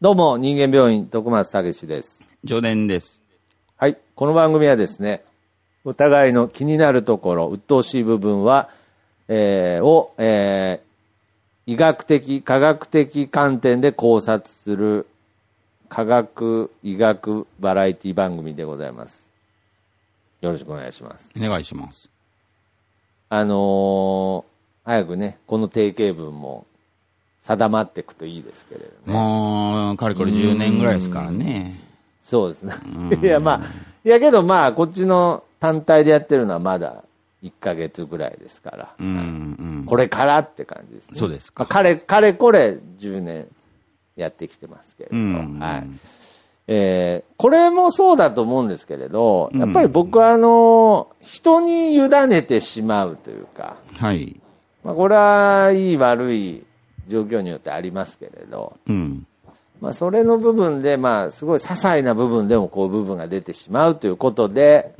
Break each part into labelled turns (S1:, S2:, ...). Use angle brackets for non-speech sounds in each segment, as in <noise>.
S1: どうも、人間病院、徳松武史です。
S2: 常連です。
S1: はい。この番組はですね、お互いの気になるところ、鬱陶しい部分は、えーを、えー医学的、科学的観点で考察する、科学、医学、バラエティ番組でございます。よろしくお願いします。
S2: お願いします。
S1: あのー早くね、この定型文も定まっていくといいですけれどね。
S2: もう、かれこれ10年ぐらいですからね。
S1: そうですね。いや、まあ、いやけど、まあ、こっちの単体でやってるのはまだ1ヶ月ぐらいですから、
S2: うん、うん。
S1: これからって感じですね。
S2: そうです
S1: ま
S2: か
S1: あ、彼、彼これ10年やってきてますけれど、
S2: うん
S1: はい。えーこれもそうだと思うんですけれど、やっぱり僕は、あの、人に委ねてしまうというか、
S2: はい。
S1: まあ、これは、いい悪い状況によってありますけれど、
S2: うん。
S1: まあ、それの部分で、まあ、すごい些細な部分でもこう部分が出てしまうということで、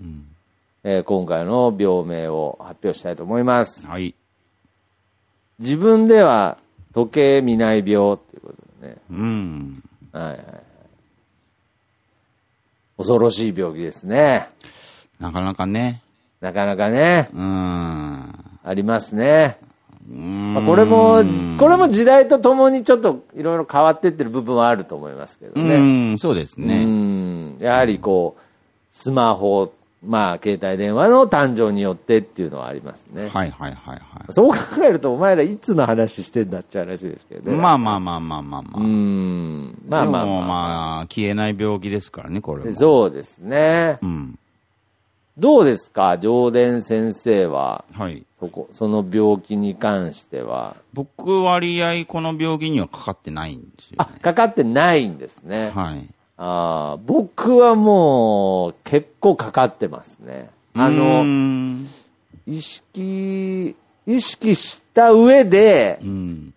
S1: えー今回の病名を発表したいと思います。
S2: はい。
S1: 自分では時計見ない病ということでね、
S2: うん。
S1: はいはいはい、恐ろしい病気ですね。
S2: なかなかね。
S1: なかなかね、
S2: うーん。
S1: ありますね。
S2: ま
S1: まあ、これも、これも時代とともにちょっといろいろ変わってってる部分はあると思いますけど
S2: う
S1: ね。
S2: ん、そうです
S1: う
S2: ね。
S1: んやはりこう、スマホ、まあ、携帯電話の誕生によってっていうのはありますね。
S2: はいはいはいは
S1: そう考えると、お前らいつの話してんだっていう話ですけど
S2: い。
S1: ね。
S2: まあまあまあまあまあ
S1: う
S2: ま
S1: ん。ま
S2: あ。
S1: あ
S2: で
S1: まあ
S2: も
S1: ま
S2: まあ、消えない病気ですからね、これ
S1: あ。
S2: も。
S1: そうですね。
S2: うん。
S1: どうですか、上田先生は、
S2: はい。
S1: そこ、その病気に関しては。
S2: 僕、割合、この病気にはかかってないんですよ
S1: あ、かかってないんですね
S2: ね。。はい。
S1: ああ、僕はもう、結構かかってますね。あの、
S2: うーん
S1: 意識、意識した上で
S2: う、ん。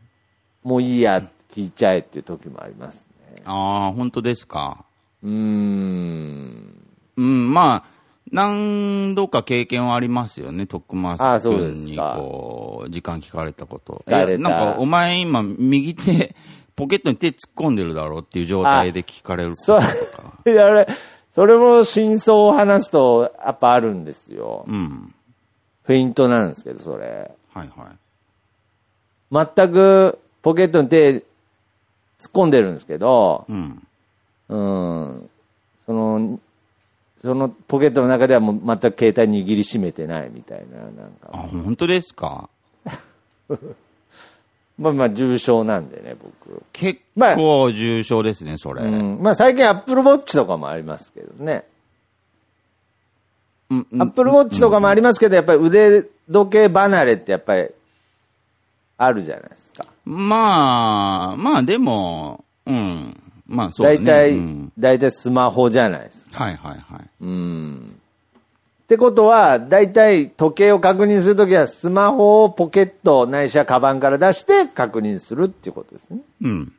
S1: もういいや、聞いちゃえっていう時もありますね。
S2: ああ、本当ですか。
S1: うーん。
S2: うん、まあ、何度か経験はありますよね、徳松
S1: ああそうで
S2: 君
S1: す
S2: に
S1: か
S2: こう、時間聞かれたこと。
S1: 聞かれた
S2: いやなんか、お前今、右手、ポケットに手突っ込んでるだろうっていう状態で聞かれること
S1: そう <laughs>
S2: とか。、
S1: いやあれ、それも真相を話すと、やっぱあるんですよ。
S2: うん。
S1: フェイントなんですけど、それ。
S2: はいは
S1: 全く、ポケットに手、突っ込んでるんですけど、
S2: い。うん。
S1: うん。その、そのポケットの中ではもう全く携帯握りしめてないみたいな、なんか。
S2: あ、本当ですか
S1: まあまあ、重症なんでね、僕。
S2: 結
S1: まあ
S2: 構重症ですね、それ。
S1: うん、まあ最近アップルウォッチとかもありますけどね。
S2: うんうん
S1: アップルウォッチとかもありますけど、やっぱり腕時計離れってやっぱりあるじゃないですか。
S2: まあ、まあでも、うん。まあそうだ
S1: 大
S2: ね。
S1: 体、
S2: うん
S1: 大体スマホじゃないですか。
S2: はいはいはい。
S1: うん。ってことは、大体時計を確認するときはスマホをポケットないしはカバンから出して確認するっていうことですね。
S2: うん。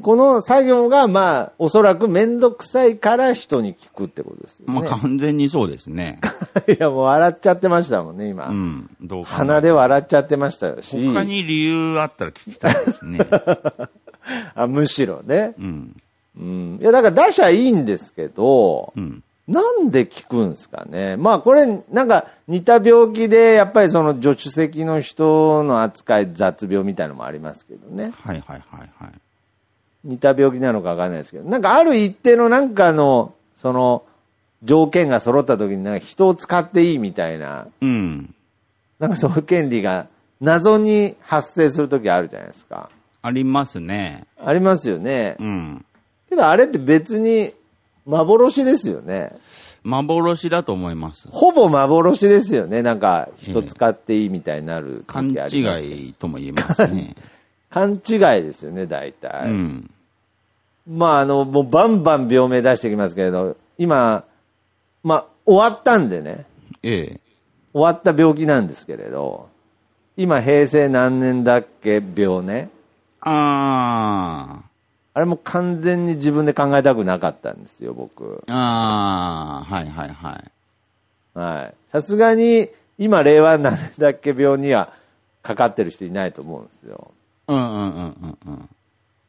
S1: この作業が、まあ、おそらくめんどくさいから人に聞くってことですよね。
S2: まあ完全にそうです
S1: <laughs>
S2: ね。
S1: いや、もう笑っちゃってましたもんね、今。
S2: うん。どうかな
S1: 鼻で笑っちゃってましたし、
S2: 他に理由あったら聞きたいで
S1: <laughs>
S2: すね。
S1: あむしろね、
S2: うん。
S1: うん。いや、だから打者いいんですけど、
S2: うん。
S1: なんで聞くんですかね。まあこれ、なんか似た病気で、やっぱりその助手席の人の扱い雑病みたいのもありますけどね。
S2: はいはいはいはい。
S1: 似た病気なのかわかんないですけど、なんかある一定のなんかの、その、条件が揃った時になんか人を使っていいみたいな、
S2: うん。
S1: なんかそういう権利が謎に発生する時あるじゃないですか。
S2: ありますね。
S1: ありますよね。
S2: うん。
S1: けどあれって別に幻ですよね。
S2: 幻だと思います。
S1: ほぼ幻ですよね。なんか人使っていいみたいになる
S2: 勘
S1: 時ありますけど
S2: 違いとも言えますね。
S1: 勘違いですよね、大
S2: う
S1: 体。
S2: ん。
S1: まああの、もうバンバン病名出してきますけれど、今、まあ終わったんでね。
S2: ええ。
S1: 終わった病気なんですけれど、今平成何年だっけ病ね。
S2: あ
S1: あれも完全に自分で考えたくなかったんですよ、僕。
S2: あ。ああ。はいはいはい。
S1: はい。さすがに、今令和何年だっけ病にはかかってる人いないと思うんですよ。
S2: うんうんうんうんうん。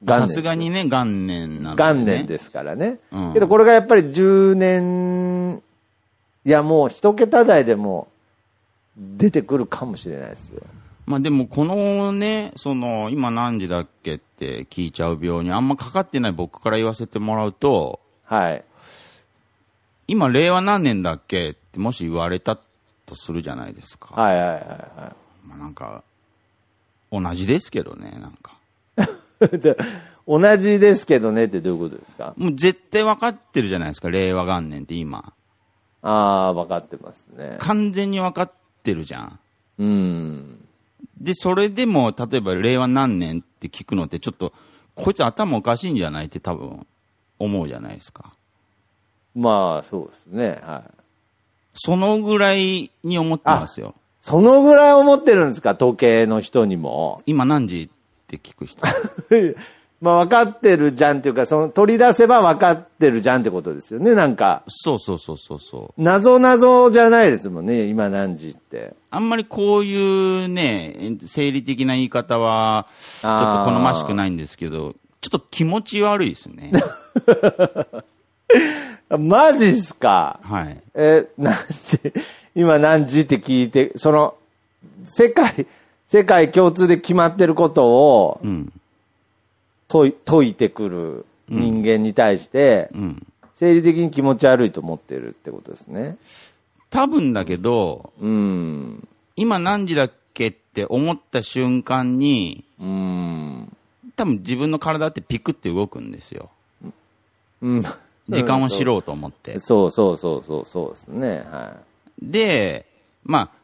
S2: まあ
S1: 元
S2: さす
S1: 年。
S2: がにね、元年なんで、ね。
S1: 元年ですからね。
S2: うん
S1: けどこれがやっぱり10年、いやもう一桁台でも出てくるかもしれないですよ。
S2: まあでもこのね、その、今何時だっけって聞いちゃう病にあんまかかってない僕から言わせてもらうと、
S1: はい。
S2: 今令和何年だっけってもし言われたとするじゃないですか。
S1: はいはいはいは
S2: まあなんか、同じですけどね、なんか。
S1: い。 <laughs> で同じですけどねってどういうことですか
S2: もう絶対分かってるじゃないですか、令和元年って今。
S1: ああ、分かってますね。
S2: 完全に分かってるじゃん。
S1: うん。
S2: で、それでも、例えば令和何年って聞くのってちょっと、こいつ頭おかしいんじゃないって多分、思うじゃないですか。
S1: まあ、そうですね。はい。
S2: そのぐらいに思ってますよ。
S1: そのぐらい思ってるんですか時計の人にも。
S2: 今何時って聞く人。
S1: <laughs> まあ、分かってるじゃんっていうか、その取り出せば分かってるじゃんってことですよね。なんか、
S2: <laughs> そうそうそうそうそう。
S1: 謎謎じゃないですもんね。今何時って。
S2: あんまりこういうね、生理的な言い方は、ちょっと好ましくないんですけど、ちょっと気持ち悪いですね。
S1: あマジっすか。
S2: はい。
S1: え、何時、 <laughs> 今何時って聞いて、その、世界、世界共通で決まってることを
S2: うん。
S1: 解い解いてくる人間に対して、
S2: うん。
S1: 生理的に気持ち悪いと思ってるってことですね。
S2: 多分だけど、
S1: うん。
S2: 今何時だっけって思った瞬間に、
S1: うん。
S2: 多分自分の体ってピクって動くんですよ。
S1: うん。
S2: 時間を知ろうと思って。
S1: そうそうそうそうそうですね。は
S2: で、まあ、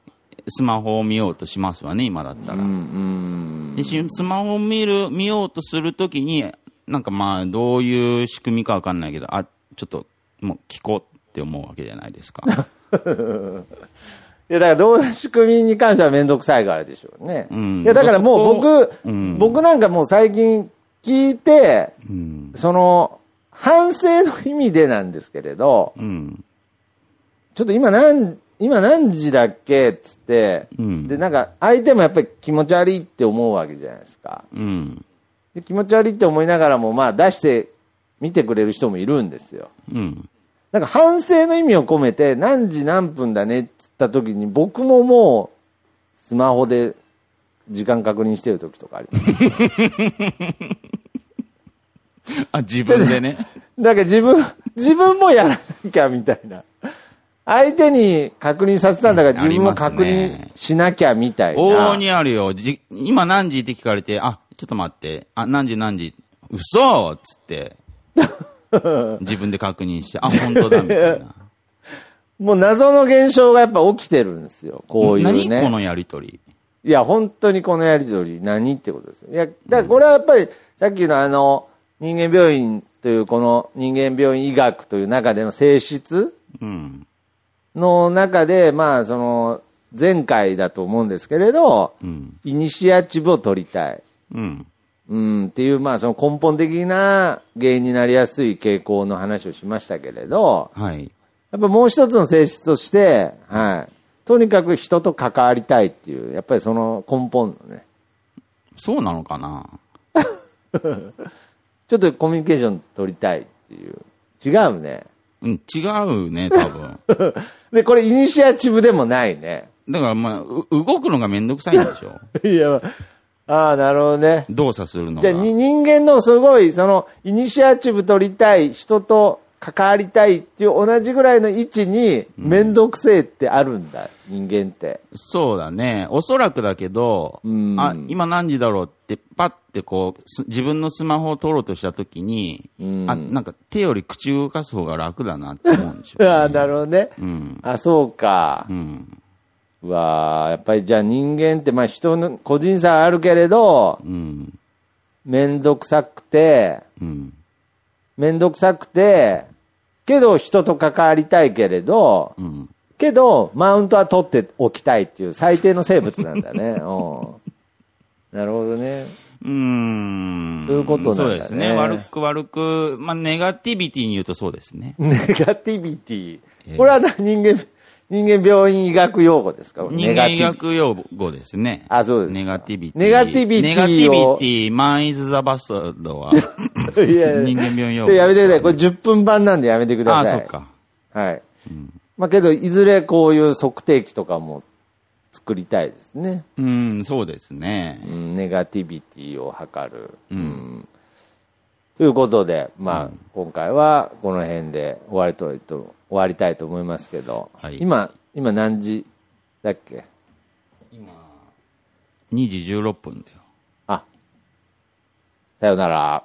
S2: スマホを見ようとしますわね、今だったら。
S1: い。うん。
S2: でしスマホを見る、見ようとするときに、なんかまあ、どういう仕組みかわかんないけど、あ、ちょっと、もう聞こうって思うわけじゃないで
S1: <laughs>
S2: すか。
S1: いや、だからどういう仕組みに関してはめんどくさいからでしょうね。
S2: ん
S1: いや、だからもう僕、
S2: そこうん
S1: 僕なんかもう最近聞いて、
S2: うん。
S1: その、反省の意味でなんですけれど、
S2: うん。
S1: ちょっと今何、今何時だっけっつって、
S2: うん
S1: で、なんか相手もやっぱり気持ち悪いって思うわけじゃないですか。
S2: うん。
S1: で気持ち悪いって思いながらも、まあ出して見てくれる人もいるんですよ。 <laughs>
S2: うん。
S1: なんか反省の意味を込めて、何時何分だねって言った時に、僕ももう、スマホで時間確認してる時とかあります。
S2: あ、自分でね。
S1: だから自分、 <laughs> 自分もやらなきゃみたいな。相手に確認させたんだから自分も確
S2: ありますね
S1: 認しなきゃみたいな。
S2: 往々にあるよ。じ、今何時って聞かれて、あ、ちょっと待って、あ、何時何時、嘘っつって、
S1: <laughs>
S2: 自分で確認して、あ、本当だ、みた
S1: <laughs>
S2: いな。
S1: もう謎の現象がやっぱ起きてるんですよ。こういうね。
S2: 何このやりとり。
S1: いや、本当にこのやりとり何ってことですよ。いや、だからこれはやっぱり、さっきのあの、人間病院という、この人間病院医学という中での性質
S2: うん。
S1: の中で、まあ、その、前回だと思うんですけれど、
S2: うん。
S1: イニシアチブを取りたい。
S2: うん。
S1: うん、っていう、まあ、その根本的な原因になりやすい傾向の話をしましたけれど、
S2: はい。
S1: やっぱもう一つの性質として、はい。とにかく人と関わりたいっていう、やっぱりその根本のね、
S2: そうなのかな
S1: ちょっとコミュニケーション取りたいっていう。違うね。
S2: うん、違うね、
S1: <laughs>
S2: 多分。
S1: で、これイニシアチブでもないね。
S2: だから、まあ、う動くのがめんどくさいんでしょ。
S1: <laughs> いや、ああ、なるほどね。
S2: 動作するの
S1: じゃ
S2: が
S1: あ。に人間のすごい、その、イニシアチブ取りたい、人と関わりたいっていう同じぐらいの位置に、めんどくせえってあるんだ、人間って。
S2: そうだね。おそらくだけど、
S1: うん
S2: あ、今何時だろうって、パッてこう、す自分のスマホを取ろうとしたときに、
S1: うん
S2: あ、なんか手より口を動かす方が楽だなって思うんでし
S1: <laughs>
S2: ょうね、
S1: ああ、なるほどね。
S2: うん。
S1: あ、そうか
S2: う。ん。
S1: うわあ、やっぱりじゃあ人間って、まあ人の個人差はあるけれど、
S2: うん。
S1: めんどくさくて、
S2: うん。
S1: めんどくさくて、けど人と関わりたいけれど、
S2: うん。
S1: けどマウントは取っておきたいっていう最低の生物なんだ
S2: <laughs>
S1: ね。うん。なるほどね。
S2: うーん。
S1: そういうことなんだね
S2: そうですね。悪く悪く、まあ、ネガティビティに言うとそうですね。
S1: ネガティビティ。これはな人間、人間病院医学用語ですか
S2: 人間医学用語ですね。
S1: あそうですか
S2: ネガティビティ。
S1: ネガティビティを
S2: ネガティビティ、マンイズザバスタードは、
S1: ネガティビ <laughs> いやいや
S2: 人間病用
S1: ち
S2: 語。
S1: ょやめてください。これ10分版なんでやめてくだ
S2: あ
S1: さい。
S2: そっか。
S1: はい。まあけど、いずれこういう測定器とかも作りたいですね。
S2: うん、そうですね
S1: う。ん、ネガティビティを測る。うんということで、まあ、今回はこの辺で終わりとと終わりたいと思いますけど、
S2: はい
S1: 今、今何時だっけ
S2: 2時16分だよ。
S1: あ、さよなら。